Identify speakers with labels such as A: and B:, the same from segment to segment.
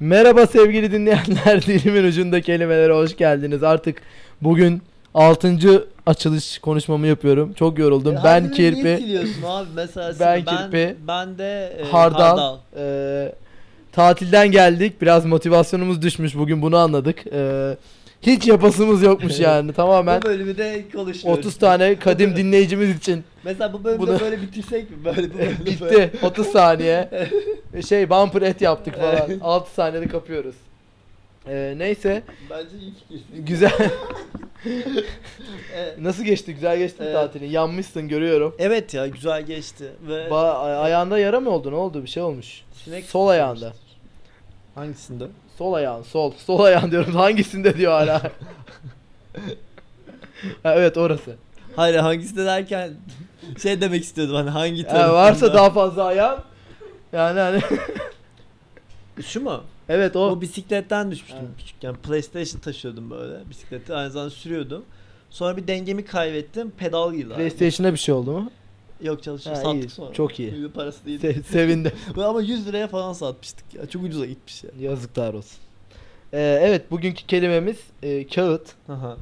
A: Merhaba sevgili dinleyenler. Dilimin ucunda kelimelere hoş geldiniz. Artık bugün 6. açılış konuşmamı yapıyorum. Çok yoruldum.
B: E,
A: ben
B: harbi Niye
A: Kirpi.
B: siliyorsun abi mesela sil-
A: Ben
B: ben,
A: kirpi,
B: Ben de e,
A: Hardal. Ee, tatilden geldik. Biraz motivasyonumuz düşmüş bugün bunu anladık. Ee, hiç yapasımız yokmuş yani. Tamamen
B: Bu bölümü de konuşuyoruz.
A: 30 tane kadim dinleyicimiz için
B: Mesela bu bölümde
A: Bunu-
B: böyle bitirsek mi? Böyle bu bölümü böyle.
A: bitti. 30 saniye. Şey bumper et yaptık falan.
B: Evet.
A: 6 saniyede kapıyoruz. Ee, neyse
B: Bence iyi fikir.
A: güzel.
B: E,
A: Nasıl geçti? Güzel geçti mi
B: Evet.
A: tatilin. Yanmışsın görüyorum.
B: Evet ya güzel geçti ve
A: Ba- a- ayağında yara mı oldu? Ne oldu? Bir şey olmuş.
B: sinek şey
A: sol ayağında.
B: Hangisinde?
A: Sol ayağın, sol. Sol ayağın diyorum. Hangisinde diyor hala. ha, evet orası.
B: Hayır hangisinde derken şey demek istiyordum hani hangi
A: Ha,
B: tarafında.
A: varsa daha fazla ayağın. Yani hani.
B: Şu mu?
A: evet o.
B: O bisikletten düşmüştüm
A: Evet.
B: küçükken. PlayStation taşıyordum böyle bisikleti aynı zamanda sürüyordum. Sonra bir dengemi kaybettim pedal girdi. abi.
A: PlayStation'a bir şey oldu mu?
B: Yok çalışıyor
A: Ha,
B: sattık
A: iyi.
B: sonra.
A: Çok iyi.
B: Yüzü parası değil.
A: Se- sevindim.
B: Böyle Ama 100 liraya falan satmıştık ya. Çok ucuza gitmiş ya.
A: Yazıklar olsun. Ee, evet bugünkü kelimemiz e, kağıt.
B: Aha.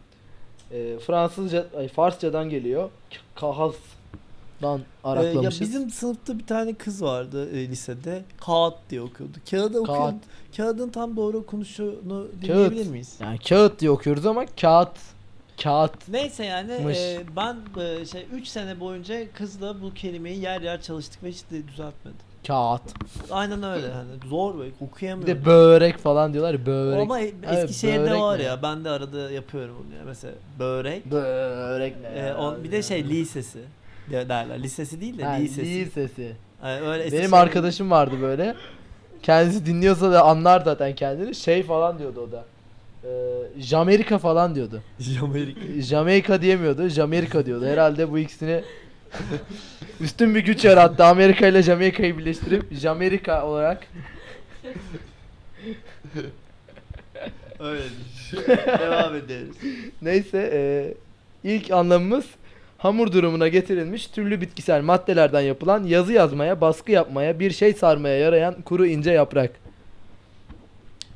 A: E, Fransızca, ay, Farsçadan geliyor. K- Kahaz'dan
B: Ee, ya
A: araklamışız.
B: bizim sınıfta bir tane kız vardı e, lisede. Kağıt diye okuyordu. Kağıda
A: Kağıt.
B: okuyordu. Kağıdın tam doğru okunuşunu dinleyebilir
A: Kağıt.
B: miyiz?
A: Yani kağıt diye okuyoruz ama kağıt. Kağıt.
B: Neyse yani
A: Mış.
B: e, ben e, şey 3 sene boyunca kızla bu kelimeyi yer yer çalıştık ve hiç de düzeltmedim.
A: Kağıt.
B: Aynen öyle hani zor böyle
A: Bir
B: okuyamıyorum.
A: de börek falan diyorlar ya börek.
B: Ama e-
A: Abi,
B: Eskişehir'de
A: börek
B: var
A: ne?
B: ya ben de arada yapıyorum bunu ya. Mesela börek.
A: Börek ne?
B: E, on, bir de şey lisesi de- derler. Lisesi değil de
A: Ha,
B: lisesi.
A: Lee sesi.
B: Yani öyle şey-
A: Benim
B: Eskişehir'de-
A: arkadaşım vardı böyle. Kendisi dinliyorsa da anlar zaten kendini. Şey falan diyordu o da. Ee, Jamerika falan diyordu.
B: Jamaika.
A: Jamaika diyemiyordu. Jamerika diyordu. Herhalde bu ikisini üstün bir güç yarattı. Amerika ile Jamaika'yı birleştirip Jamerika olarak
B: Öyle Devam ederiz.
A: Neyse eee, ilk anlamımız hamur durumuna getirilmiş türlü bitkisel maddelerden yapılan yazı yazmaya, baskı yapmaya, bir şey sarmaya yarayan kuru ince yaprak.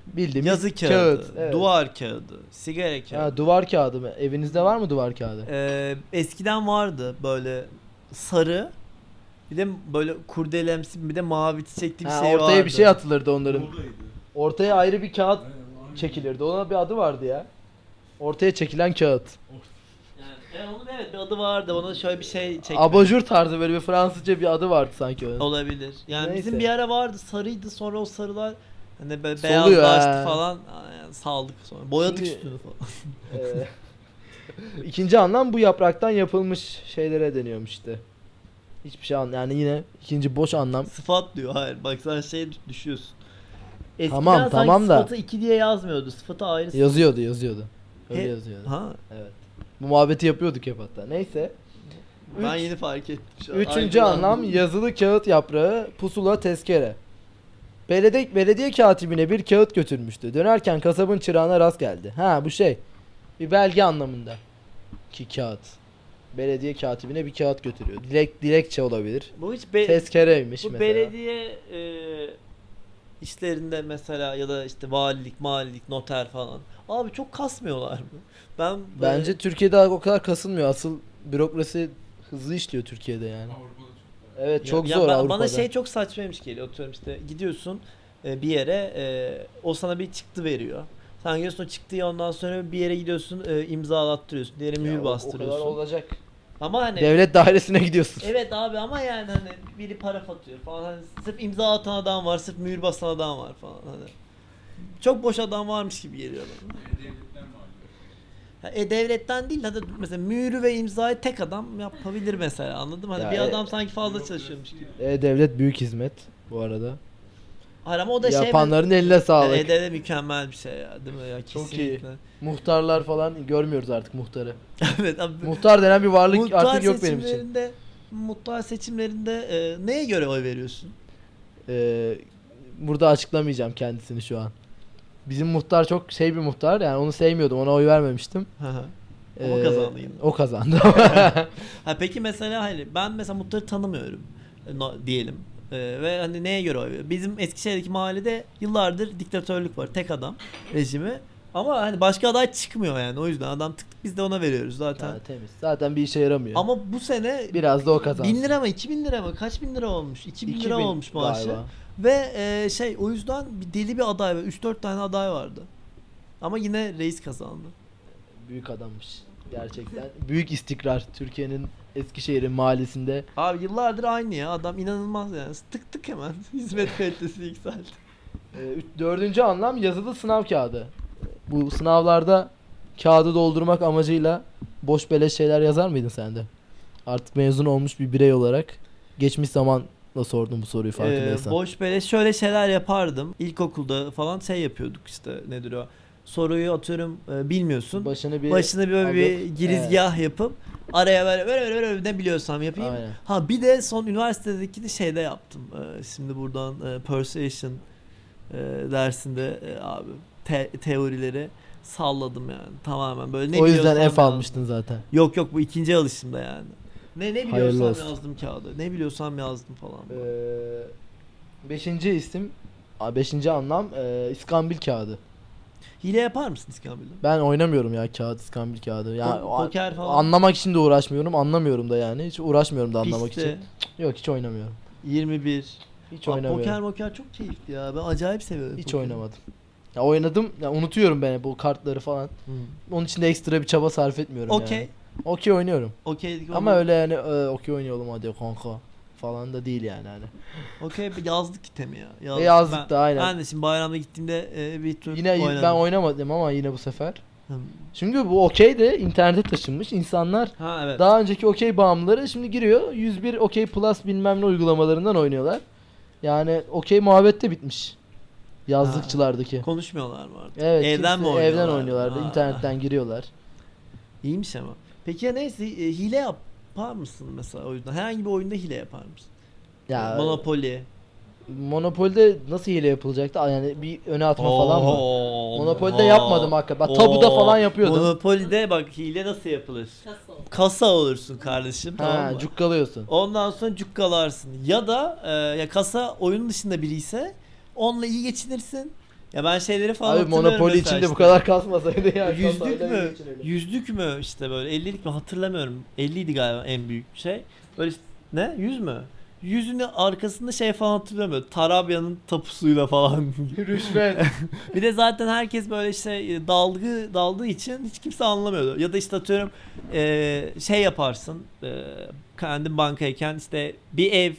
A: Bildiğimiz
B: Yazı kağıdı,
A: evet.
B: duvar kağıdı, sigara
A: Ha,
B: kağıdı.
A: duvar kağıdı mı? Evinizde var mı duvar kağıdı?
B: Ee, eskiden vardı böyle sarı bir de böyle kurdelemsi bir de mavi çiçekli bir
A: Ha,
B: şey
A: ortaya
B: vardı.
A: bir şey atılırdı onların.
C: Buradaydı.
A: Ortaya ayrı bir kağıt
C: Aynen, aynen.
A: çekilirdi. Ona bir adı vardı ya. Ortaya çekilen kağıt.
B: Yani, e, onun evet bir adı vardı. Ona şöyle bir şey çekmek
A: Abajur tarzı böyle bir Fransızca bir adı vardı sanki onun.
B: olabilir. Yani bizim
A: Neyse.
B: bir ara vardı sarıydı sonra o sarılar hani böyle
A: Soluyor,
B: beyazlaştı
A: ha.
B: falan. Yani saldık sonra. Boyadık
A: Şimdi-
B: üstünü falan.
A: Ee, ikinci anlam bu yapraktan yapılmış şeylere deniyormuş işte. Hiçbir şey an yani yine ikinci boş anlam.
B: Sıfat diyor hayır bak sen şey düşüyorsun. Eskiden
A: Tamam,
B: sanki
A: tamam da-
B: sıfatı 2 diye yazmıyordu sıfatı ayrı
A: Yazıyordu yazıyordu. Öyle
B: He-
A: yazıyordu.
B: Ha
A: Evet. Bu muhabbeti yapıyorduk hep hatta. Neyse.
B: ben
A: Üç-
B: yeni fark ettim şu an.
A: Üçüncü
B: Ayrılan-
A: anlam yazılı kağıt yaprağı, pusula, tezkere. Belediye, belediye katibine bir kağıt götürmüştü. Dönerken kasabın çırağına rast geldi. Ha bu şey. Bir belge anlamında. Ki kağıt. Belediye katibine bir kağıt götürüyor. Dilek, dilekçe olabilir.
B: Bu hiç be-
A: Tezkereymiş
B: E, bu
A: mesela.
B: belediye e, işlerinde mesela ya da işte valilik, malilik, noter falan. Abi çok kasmıyorlar mı? Ben böyle-
A: Bence Türkiye'de o kadar kasılmıyor. Asıl bürokrasi hızlı işliyor Türkiye'de yani.
C: Avrupa'da çok var.
A: Evet
B: Ya-
A: çok
B: ya
A: zor
B: ben-
A: Avrupa'da.
B: Bana şey çok saçmaymış geliyor. Atıyorum işte gidiyorsun e, bir yere e, o sana bir çıktı veriyor. Sen gidiyorsun o çıktıyı ondan sonra bir yere gidiyorsun e, imzalattırıyorsun. Diğeri
A: Ya o-
B: mühür
A: o
B: bastırıyorsun.
A: kadar olacak.
B: Ama hani
A: Devlet dairesine gidiyorsun.
B: Evet abi ama yani hani biri para atıyor falan hani sırf imza atan adam var, sırf mühür basan adam var falan hani. Çok boş adam varmış gibi geliyor bana.
C: Devletler mali.
B: Ya, e devletten değil hadi mesela mührü ve imzayı tek adam yapabilir mesela anladın mı? Hani
A: Ya,
B: bir
A: e-
B: adam sanki fazla çalışıyormuş gibi.
A: E, devlet büyük hizmet bu arada.
B: Hayır ama o da şey
A: Yapanların eline sağlık.
B: E devlet mükemmel bir şey ya değil mi ya
A: Çok iyi.
B: kesinlikle.
A: Muhtarlar falan görmüyoruz artık muhtarı.
B: evet abi.
A: Muhtar denen bir varlık
B: muhtar
A: artık yok benim için.
B: seçimlerinde muhtar seçimlerinde e, neye göre oy veriyorsun?
A: Ee, burada açıklamayacağım kendisini şu an. Bizim muhtar çok şey bir muhtar yani onu sevmiyordum ona oy vermemiştim.
B: Hı hı. O
A: Ee,
B: kazandı yine.
A: O kazandı.
B: Ha peki mesela hani ben mesela Mutlu'yu tanımıyorum. No- diyelim. Ee, ve hani neye göre oy veriyor? Bizim Eskişehir'deki mahallede yıllardır diktatörlük var. Tek adam rejimi. Ama hani başka aday çıkmıyor yani. O yüzden adam tık tık biz de ona veriyoruz zaten.
A: Ha, temiz. Zaten bir işe yaramıyor.
B: Ama bu sene
A: Biraz da o kazansın.
B: 1000 lira mı 2000 lira mı kaç bin lira olmuş? 2000,
A: 2000
B: lira olmuş maaşı.
A: galiba.
B: Ve e, şey o yüzden bir deli bir aday ve 3-4 tane aday vardı. Ama yine reis kazandı.
A: Büyük adammış. Gerçekten. Büyük istikrar. Türkiye'nin Eskişehir'in mahallesinde.
B: Abi yıllardır aynı ya adam inanılmaz yani tık tık hemen hizmet kalitesi yükseldi.
A: Ee, üç- dördüncü anlam yazılı sınav kağıdı. Bu sınavlarda kağıdı doldurmak amacıyla boş beleş şeyler yazar mıydın sen de? Artık mezun olmuş bir birey olarak geçmiş zamanla sordum bu soruyu farkındaysan.
B: Ee, boş beleş şöyle şeyler yapardım. İlkokulda falan şey yapıyorduk işte nedir o. Soruyu atıyorum e, bilmiyorsun.
A: Başını bir
B: Başına böyle bir
A: alıp-
B: girizgah yapıp araya böyle böyle böyle, böyle ne biliyorsam yapayım.
A: Aynen.
B: Ha bir de son üniversitedeki de şeyde yaptım. Ee, şimdi buradan e, persuasion e, dersinde e, abi te- teorileri salladım yani tamamen böyle ne
A: o yüzden F
B: biliyorsam yazdım.
A: almıştın zaten.
B: Yok yok bu ikinci alışımda yani. Ne ne
A: Hayırlı
B: biliyorsam
A: olsun.
B: yazdım kağıda. Ne biliyorsam yazdım falan.
A: Ee, beşinci isim, a, beşinci anlam e, iskambil kağıdı.
B: Hile yapar mısın İskambil'de?
A: Ben oynamıyorum ya kağıt, iskambil kağıdı. Ya,
B: Po- poker falan.
A: anlamak için de uğraşmıyorum, anlamıyorum da yani. Hiç uğraşmıyorum da anlamak
B: Piste,
A: için. Yok hiç oynamıyorum.
B: 21.
A: Hiç
B: Aa,
A: oynamıyorum.
B: poker poker çok keyifli ya. Ben acayip seviyorum.
A: Hiç
B: pokeri.
A: oynamadım. Ya oynadım, ya unutuyorum ben bu kartları falan.
B: Hı.
A: Onun için de ekstra bir çaba sarf etmiyorum yani.
B: Hmm. Okey.
A: Okey oynuyorum.
B: Okey.
A: Ama öyle yani e, okey oynayalım hadi kanka falan da değil yani hani.
B: Okey yazdık itemi ya.
A: E, yazdık
B: Ben-
A: da aynen.
B: Ben de şimdi bayramda gittiğimde e, bir tur
A: yine
B: oynadım.
A: ben oynamadım ama yine bu sefer.
B: Hı.
A: Çünkü bu okey de internete taşınmış. İnsanlar
B: Ha evet.
A: daha önceki okey bağımlıları şimdi giriyor. 101 okey plus bilmem ne uygulamalarından oynuyorlar. Yani okey muhabbette bitmiş. Yazlıkçılardaki.
B: Konuşmuyorlar mı artık?
A: Evet.
B: evden mi
A: kimse-
B: oynuyorlar?
A: Evden oynuyorlardı.
B: Ha.
A: internetten giriyorlar.
B: İyiymiş ama. Peki ya neyse e, hile yapar mısın mesela oyunda? Herhangi bir oyunda hile yapar mısın?
A: Ya
B: Monopoly.
A: Monopoly'de nasıl hile yapılacaktı? Aa, Yani bir öne atma falan mı?
B: Oo,
A: Monopoly'de
B: oo,
A: yapmadım hakikaten. Bak, tabuda
B: oo.
A: falan yapıyordum.
B: Monopoly'de bak hile nasıl yapılır?
D: Kasa oldu.
B: Kasa olursun kardeşim tamam
A: Ha,
B: mı?
A: cukkalıyorsun.
B: Ondan sonra cukkalarsın. Ya da e, ya kasa oyun dışında biri ise onunla iyi geçinirsin. Ya ben şeyleri falan
A: Abi
B: hatırlıyorum
A: Monopoly
B: mesela
A: içinde bu
B: işte.
A: kadar kasmasaydı ya.
B: Yüzlük
A: kasayla
B: mü?
A: geçirelim.
B: Yüzlük mü işte böyle 50'lik mi hatırlamıyorum. 50 idi galiba en büyük şey. Böyle işte- ne? Yüz mü? Yüzünün arkasında şey falan hatırlıyorum böyle Tarabya'nın tapusuyla falan.
A: Rüşvet.
B: bir de zaten herkes böyle şey e, dalgı daldığı için hiç kimse anlamıyordu. Ya da işte atıyorum e, şey yaparsın e, kendin bankayken işte bir ev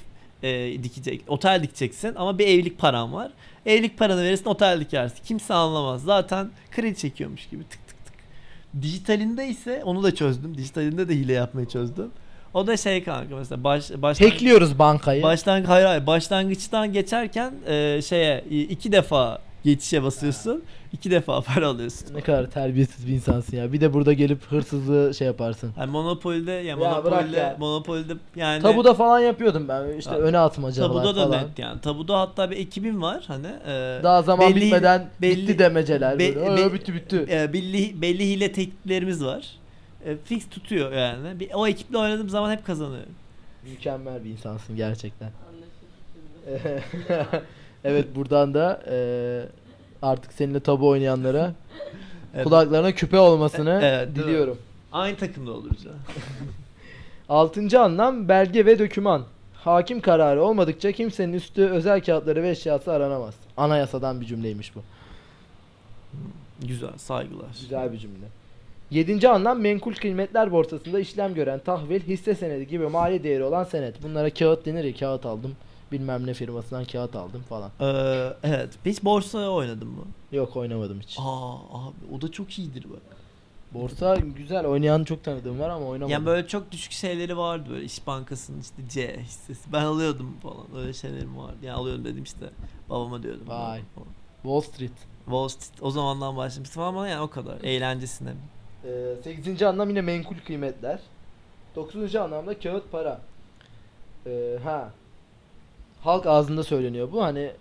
B: e, dikecek, otel dikeceksin ama bir evlilik paran var. Evlilik paranı verirsin otel dikersin. Kimse anlamaz. Zaten kredi çekiyormuş gibi tık tık tık. Dijitalinde ise onu da çözdüm. Dijitalinde de hile yapmayı çözdüm. O da şey kanka mesela baş, baştan-
A: Hackliyoruz bankayı.
B: Başlangıç hayır hayır başlangıçtan geçerken e, şeye e, iki defa geçişe basıyorsun. iki defa para alıyorsun.
A: Ne kadar terbiyesiz bir insansın ya. Bir de burada gelip hırsızlığı şey yaparsın.
B: Yani Monopoly'de ya
A: bırak
B: Monopoly'de
A: ya.
B: Monopoly'de yani
A: Tabuda falan yapıyordum ben. İşte
B: Ha.
A: öne atmacalar
B: tabuda da
A: falan.
B: net yani. Tabuda hatta bir ekibim var hani. E,
A: Daha zaman
B: Belli-
A: bitmeden
B: belli-
A: bitti demeceler.
B: be-
A: böyle.
B: be-
A: Öyle bitti bitti.
B: e, belli belli hile tekniklerimiz var. E, fix tutuyor yani. Bir, o ekiple oynadığım zaman hep kazanıyorum.
A: Mükemmel bir insansın gerçekten.
D: Anlaşıldı şimdi.
A: evet buradan da e, artık seninle tabu oynayanlara
B: Evet.
A: kulaklarına küpe olmasını
B: E- evet, değil mi?
A: diliyorum.
B: Aynı takımda oluruz ya.
A: Altıncı anlam belge ve döküman. Hakim kararı olmadıkça kimsenin üstü özel kağıtları ve eşyası aranamaz. Anayasadan bir cümleymiş bu.
B: Güzel, saygılar.
A: Güzel bir cümle. Yedinci anlam menkul kıymetler borsasında işlem gören tahvil, hisse senedi gibi mali değeri olan senet. Bunlara kağıt denir ya kağıt aldım bilmem ne firmasından kağıt aldım falan.
B: E, evet. Hiç borsaya oynadım mı?
A: Yok oynamadım hiç.
B: Aa abi o da çok iyidir bak.
A: Borsa güzel oynayan çok tanıdığım var ama oynamadım.
B: Yani böyle çok düşük şeyleri vardı böyle İş Bankası'nın işte C hissesi. Ben alıyordum falan öyle şeylerim vardı. Yani alıyordum dedim işte babama diyordum.
A: Vay.
B: Falan.
A: Wall Street.
B: Wall Street o zamandan başlamıştı falan ama yani o kadar eğlencesine.
A: Ee, sekizinci anlam yine menkul kıymetler. Dokuzuncu anlamda kağıt para. Ee, ha. Halk ağzında söyleniyor bu hani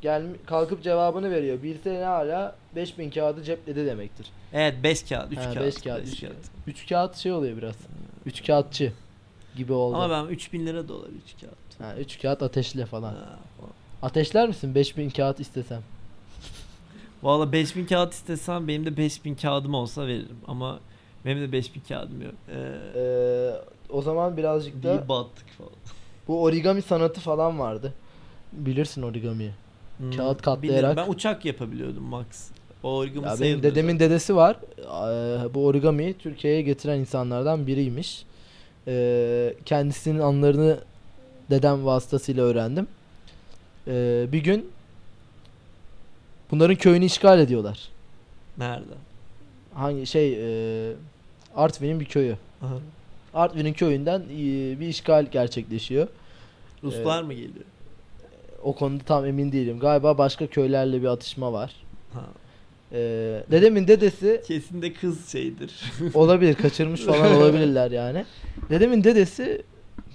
A: gel kalkıp cevabını veriyor. Bilse ne hala 5000 kağıdı cepledi demektir.
B: Evet 5 kağıt, 3
A: Ha,
B: kağıt.
A: beş kağıt,
B: beş
A: üç kağıt şey oluyor biraz. Üç kağıtçı. gibi oldu.
B: Ama ben 3000 lira da olabilir kağıt.
A: Ha, 3 kağıt ateşle falan.
B: Ha, falan.
A: Ateşler misin 5000 kağıt istesem?
B: Valla 5000 kağıt istesem benim de 5000 kağıdım olsa veririm ama benim de 5000 kağıdım yok. Ee,
A: Ee, o zaman birazcık da
B: bir battık falan.
A: bu origami sanatı falan vardı. Bilirsin origamiyi.
B: Hmm,
A: Kağıt
B: bilmiyorum.
A: katlayarak.
B: Ben uçak yapabiliyordum Max. O origami
A: Ya benim
B: sayılmıyor
A: dedemin dedesi var. Ee, bu origamiyi Türkiye'ye getiren insanlardan biriymiş. Ee, kendisinin anlarını dedem vasıtasıyla öğrendim. Ee, bir gün bunların köyünü işgal ediyorlar.
B: zaten. Nerede?
A: Hangi şey e, Artvin'in bir köyü.
B: Aha.
A: Artvin'in köyünden e, bir işgal gerçekleşiyor.
B: Ruslar mı geliyor?
A: O konuda tam emin değilim. Galiba başka köylerle bir atışma var.
B: Ha.
A: Ee, dedemin dedesi
B: Kesin de kız şeydir.
A: olabilir kaçırmış falan olabilirler yani. Dedemin dedesi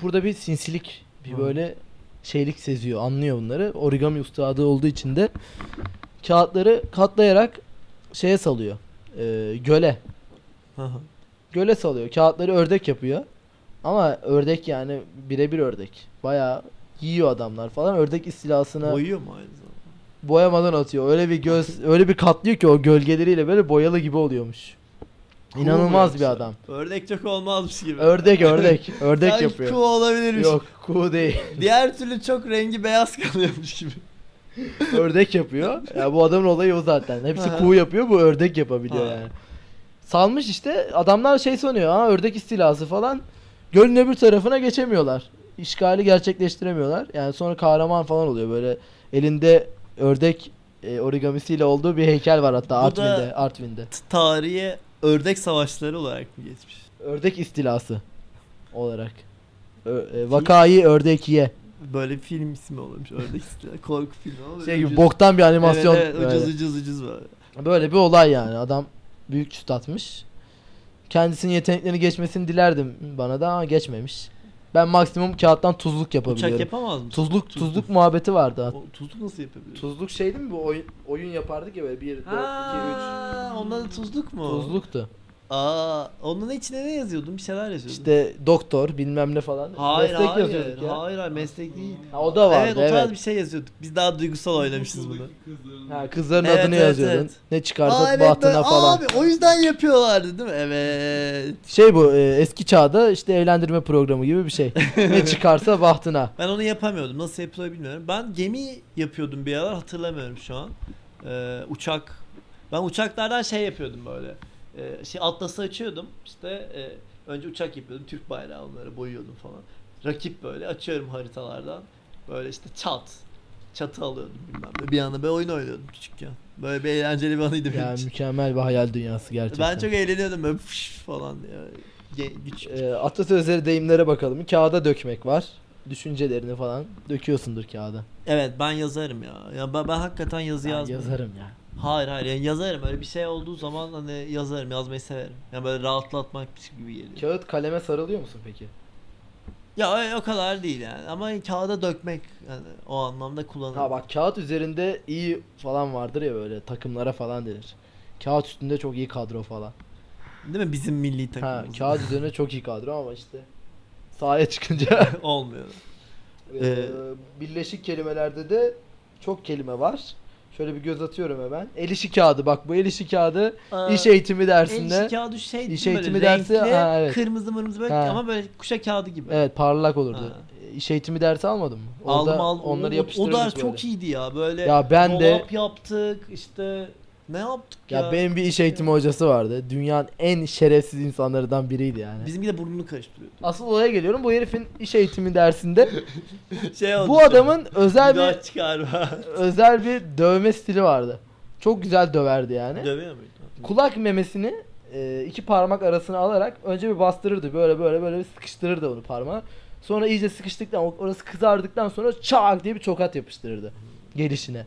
A: burada bir sinsilik bir
B: Hı.
A: böyle şeylik seziyor anlıyor bunları. Origami ustası olduğu için de kağıtları katlayarak şeye salıyor. Ee, göle.
B: Aha.
A: Göle salıyor. Kağıtları ördek yapıyor. Ama ördek yani birebir ördek. Bayağı yiyor adamlar falan. Ördek istilasına
B: Boyuyor mu aynı zamanda?
A: boyamadan atıyor. Öyle bir göz öyle bir katlıyor ki o gölgeleriyle böyle boyalı gibi oluyormuş. İnanılmaz
B: Cool
A: bir
B: yoksa.
A: adam.
B: Ördek çok olmazmış gibi.
A: Ördek ördek. Ördek
B: Sanki
A: yapıyor.
B: cool olabilirmiş.
A: Yok kuğu değil.
B: Diğer türlü çok rengi beyaz kalıyormuş gibi.
A: ördek yapıyor. Ya bu adamın olayı o zaten. Hepsi
B: Aha.
A: kuğu yapıyor bu ördek yapabiliyor
B: Ha.
A: yani. Salmış işte adamlar şey sanıyor. Ha ördek istilası falan. Gölün öbür tarafına geçemiyorlar. İşgali gerçekleştiremiyorlar. Yani sonra kahraman falan oluyor böyle elinde ördek e, origamisiyle olduğu bir heykel var hatta
B: Bu
A: Artvin'de,
B: da-
A: Artvin'de.
B: T- Tarihe ördek savaşları olarak mı geçmiş?
A: Ördek istilası olarak. Ö- e, vakayı ördekiye.
B: Böyle bir film ismi olmuş. Ördek istilası. Korku filmi ama böyle
A: Şey gibi
B: ucuz-
A: boktan bir animasyon.
B: Evet, evet, ucuz
A: böyle.
B: ucuz ucuz böyle.
A: Böyle bir olay yani. Adam büyük üstatmış. Kendisinin yeteneklerini geçmesini dilerdim bana da ama geçmemiş. Ben maksimum kağıttan tuzluk
B: Uçak
A: yapabiliyorum.
B: yapamaz mı?
A: Tuzluk
B: Tuzluk.
A: tuzluk muhabbeti vardı. hatta.
B: O Tuzluk nasıl yapabiliyor?
A: Tuzluk şey değil mi bu oyun oyun yapardık ya böyle 1 4 2 3.
B: Ha, onda da tuzluk mu?
A: Tuzluktu.
B: Aa, onun içine ne yazıyordun? Bir şeyler yazıyordun.
A: İşte doktor bilmem ne falan.
B: hayır,
A: Meslek
B: hayır,
A: yazıyorduk ya.
B: Hayır, hayır, meslek değil.
A: Ha, o da vardı
B: evet,
A: evet.
B: o tarz bir şey yazıyorduk. Biz daha duygusal oynamışız bunu.
A: Ha, kızların
B: Evet,
A: adını
B: evet,
A: yazıyordun.
B: evet.
A: Ne çıkarsa
B: Aa, evet,
A: bahtına
B: ben-
A: falan.
B: Abi, o yüzden yapıyorlardı değil mi? Evet.
A: Şey bu e, eski çağda işte evlendirme programı gibi bir şey. ne çıkarsa bahtına.
B: Ben onu yapamıyordum. Nasıl yapılıyor bilmiyorum. Ben gemi yapıyordum bir aralar hatırlamıyorum şu an. Ee, uçak. Ben uçaklardan şey yapıyordum böyle. Ee, şey atlası açıyordum. İşte e, önce uçak yapıyordum. Türk bayrağı onları boyuyordum falan. Rakip böyle açıyorum haritalardan. Böyle işte çat. Çatı alıyordum bilmem ne. Bir anda ben oyun oynuyordum küçükken. Böyle bir eğlenceli bir anıydı benim
A: Yani
B: için.
A: mükemmel bir hayal dünyası gerçekten.
B: Ben çok eğleniyordum böyle fış falan. Yani. Ge- güç.
A: E, atasözleri deyimlere bakalım. Kağıda dökmek var. Düşüncelerini falan döküyorsundur kağıda.
B: Evet ben yazarım ya. Ya ben, ben hakikaten yazı
A: Ben
B: yazmıyorum.
A: yazarım ya.
B: Hayır hayır yani yazarım öyle bir şey olduğu zaman hani yazarım yazmayı severim. Yani böyle rahatlatmak gibi geliyor.
A: Kağıt kaleme sarılıyor musun peki?
B: ya öyle o kadar değil yani ama kağıda dökmek yani o anlamda kullanılır.
A: Ha bak kağıt üzerinde iyi falan vardır ya böyle takımlara falan denir. Kağıt üstünde çok iyi kadro falan.
B: Değil mi bizim milli
A: Ha,
B: takımımız?
A: kağıt üzerinde çok iyi kadro ama işte sahaya çıkınca
B: Olmuyor.
A: Ee,
B: Ee,
A: birleşik kelimelerde de çok kelime var. Şöyle bir göz atıyorum hemen. El işi kağıdı bak bu el işi kağıdı
B: Aa,
A: iş eğitimi
B: el
A: dersinde
B: işi Ee, kağıdı şey değil mi?
A: İş eğitimi
B: böyle
A: dersi-
B: renkli,
A: ha, evet.
B: kırmızı mırmızı böyle
A: Ha.
B: ama böyle kuşa kağıdı gibi.
A: evet parlak olurdu.
B: Ha.
A: İş eğitimi dersi almadın mı?
B: aldım aldım.
A: Onları
B: O- o,
A: yapıştırırdık
B: ders
A: böyle.
B: çok iyiydi ya böyle
A: Ya ben de-
B: dolap yaptık işte ne yaptık ya.
A: Ya, benim bir iş eğitimi hocası vardı. Dünyanın en şerefsiz insanlarından biriydi yani.
B: Bizimki de burnunu karıştırıyor.
A: Asıl olaya geliyorum. Bu herifin iş eğitimi dersinde
B: Şey oldu
A: bu
B: işte,
A: adamın özel bir
B: Günah çıkarma.
A: özel bir dövme stili vardı. Çok güzel döverdi yani.
B: Dövüyor muydu?
A: kulak memesini e, iki parmak arasına alarak önce bir bastırırdı. Böyle böyle böyle bir sıkıştırırdı onu parmağa. Sonra iyice sıkıştıktan, o- orası kızardıktan sonra çak diye bir tokat yapıştırırdı gelişine.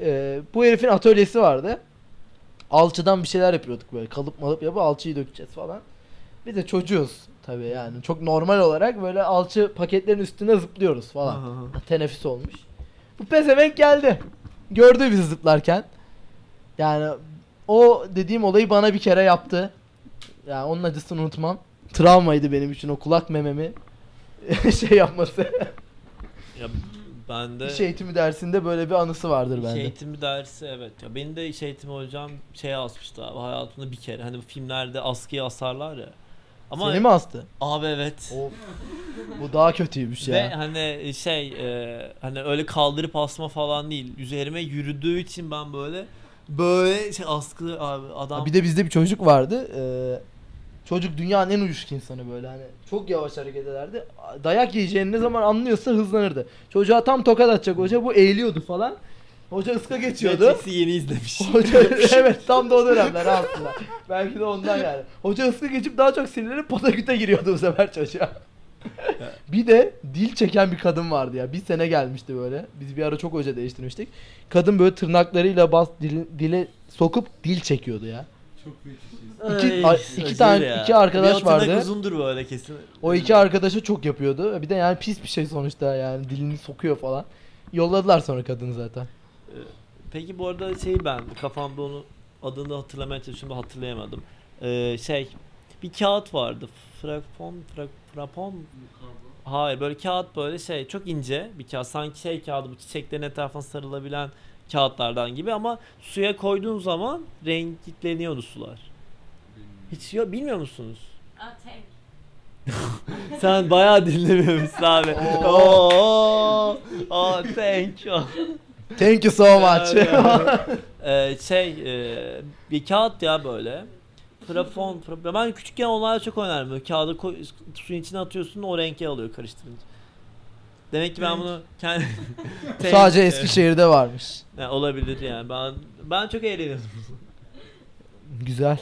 A: E, bu herifin atölyesi vardı. Alçıdan bir şeyler yapıyorduk böyle. Kalıp malıp yapıp alçıyı dökeceğiz falan. Biz de çocuğuz tabii yani. Çok normal olarak böyle alçı paketlerin üstüne zıplıyoruz falan.
B: Aha.
A: Teneffüs olmuş. Bu pezevenk geldi. Gördü bizi zıplarken. Yani o dediğim olayı bana bir kere yaptı. Yani onun acısını unutmam. Travmaydı benim için o kulak mememi şey yapması.
B: Ya ben de
A: İş eğitimi dersinde böyle bir anısı vardır
B: İş
A: şey bende.
B: eğitimi dersi evet. Ya benim de iş eğitimi hocam şey asmıştı abi hayatımda bir kere. Hani filmlerde askıya asarlar ya. Ama
A: Seni mi astı?
B: abi evet.
A: Of. Bu daha kötüymüş
B: Ve
A: ya.
B: hani şey e, hani öyle kaldırıp asma falan değil. Üzerime yürüdüğü için ben böyle böyle şey askı abi adam
A: Bir de bizde bir çocuk vardı. Ee, çocuk dünyanın en uyuşuk insanı böyle hani çok yavaş hareket ederdi. Dayak yiyeceğini ne zaman anlıyorsa hızlanırdı. Çocuğa tam tokat atacak hoca bu eğiliyordu falan. Hoca ıska geçiyordu.
B: Matrix'i yeni izlemiş.
A: Hoca evet tam da o dönemler aslında. Belki de ondan yani. Hoca ıska geçip daha çok sinirlenip pataküte giriyordu bu sefer çocuğa. bir de dil çeken bir kadın vardı ya. Bir sene gelmişti böyle. Biz bir ara çok hoca değiştirmiştik. Kadın böyle tırnaklarıyla bas dili- dile sokup dil çekiyordu ya.
C: Çok fetişiz.
A: İki- a- iki tane- iki arkadaş
B: Bir hatırnak
A: vardı.
B: uzundur böyle kesin.
A: O iki arkadaşı çok yapıyordu. Bir de yani pis bir şey sonuçta yani dilini sokuyor falan. Yolladılar sonra kadını zaten.
B: Peki bu arada şeyi ben kafamda onu adını hatırlamaya çalışıyorum da hatırlayamadım. Ee, şey bir kağıt vardı. Frapon, fra, frapon Hayır böyle kağıt böyle şey çok ince bir kağıt sanki şey kağıdı bu çiçeklerin etrafına sarılabilen kağıtlardan gibi ama suya koyduğun zaman renkleniyordu sular. Hiç yok bilmiyor musunuz?
D: Aa, tek.
B: Sen bayağı dinlemiyormuşsun abi.
A: Oo.
B: Oo. Oo, thank you.
A: Thank you so much.
B: Ee, şey e, bir kağıt ya böyle. Frapon, frapon. Ben küçükken onlara çok önerdim. Böyle Kağıdı koy, suyun içine atıyorsun o rengi alıyor karıştırınca. Demek ki ben bunu kendi...
A: Sadece
B: Evet.
A: Eskişehir'de varmış.
B: Ha, olabilir yani. Ben ben çok eğleniyordum.
A: Güzel.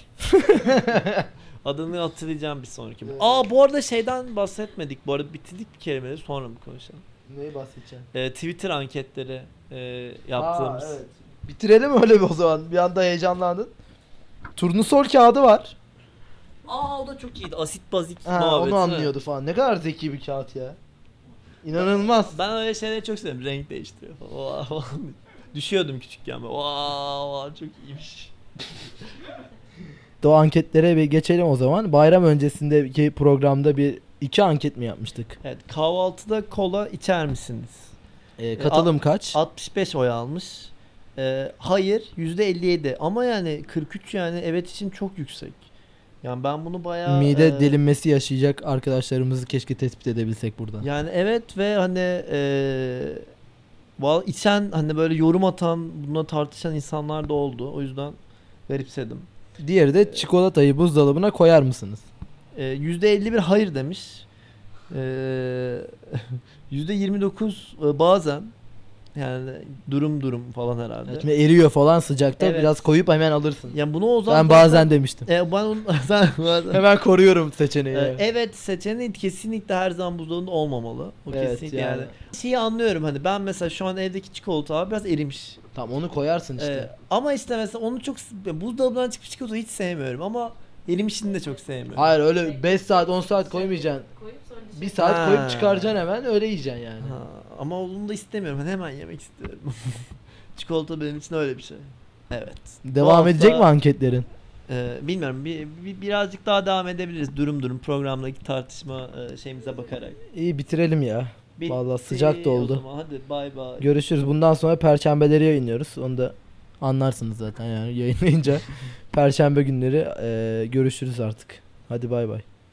B: Adını hatırlayacağım bir sonraki.
A: Evet.
B: Aa bu arada şeyden bahsetmedik. Bu arada bitirdik bir kelimeleri sonra mı konuşalım?
A: Neyi bahsedeceğim?
B: Ee, Twitter anketleri e, yaptığımız.
A: evet. Bitirelim öyle bir o zaman. Bir anda heyecanlandın. Turnusol kağıdı var.
B: Aa o da çok iyiydi. Asit bazik
A: Ha,
B: muhabbeti.
A: onu anlıyordu falan. Ne kadar zeki bir kağıt ya. İnanılmaz.
B: Ben öyle şeyleri çok seviyorum. Renk değiştiriyor falan. falan. Düşüyordum küçükken. Böyle. Vaa vaa, çok iyiymiş.
A: O anketlere bir geçelim o zaman. Bayram öncesindeki programda bir iki anket mi yapmıştık?
B: Evet kahvaltıda kola içer misiniz?
A: Ee, katılım kaç?
B: 65 oy almış. Ee, hayır %57 ama yani 43 yani evet için çok yüksek. Yani ben bunu bayağı
A: Mide
B: e,
A: delinmesi yaşayacak arkadaşlarımızı keşke tespit edebilsek buradan.
B: Yani evet ve hani e, val içen hani böyle yorum atan buna tartışan insanlar da oldu. O yüzden garipsedim.
A: Diğeri de çikolatayı buzdolabına koyar mısınız?
B: Ee, %51 hayır demiş. Ee, %29 e, bazen yani durum durum falan herhalde.
A: Evet, eriyor falan sıcakta
B: Evet.
A: biraz koyup hemen alırsın.
B: Yani bunu o zaman
A: Ben bazen demiştim.
B: E, ben onu- sen bazen-
A: Hemen koruyorum seçeneği.
B: E, Evet seçeneği kesinlikle her zaman buzdolabında olmamalı. O
A: Evet,
B: kesinlikle yani.
A: yani.
B: Şeyi anlıyorum hani ben mesela şu an evdeki çikolata abi biraz erimiş.
A: Tamam onu koyarsın işte.
B: E, ama işte mesela onu çok buzdolabından çıkmış çikolata hiç sevmiyorum ama erimişini de çok sevmiyorum.
A: Hayır öyle 5 saat 10 saat koymayacaksın.
D: Koyup sonra dışarı-
A: 1 saat
B: Ha.
A: koyup çıkaracaksın hemen öyle yiyeceksin yani.
B: Ha, ama onu da istemiyorum. Hani hemen yemek istiyorum. çikolata benim için öyle bir şey. Evet. Bu
A: Devam
B: hafta,
A: edecek mi anketlerin?
B: e, bilmiyorum. Bir, bir- birazcık daha devam edebiliriz. Durum durum programdaki tartışma e, şeyimize bakarak.
A: İyi bitirelim ya.
B: Bitti
A: Vallahi sıcak da
B: o
A: oldu.
B: zaman. Hadi bay bay.
A: Görüşürüz. Bundan sonra perşembeleri yayınlıyoruz. Onu da anlarsınız zaten yani yayınlayınca. Perşembe günleri eee, görüşürüz artık. Hadi bay bay.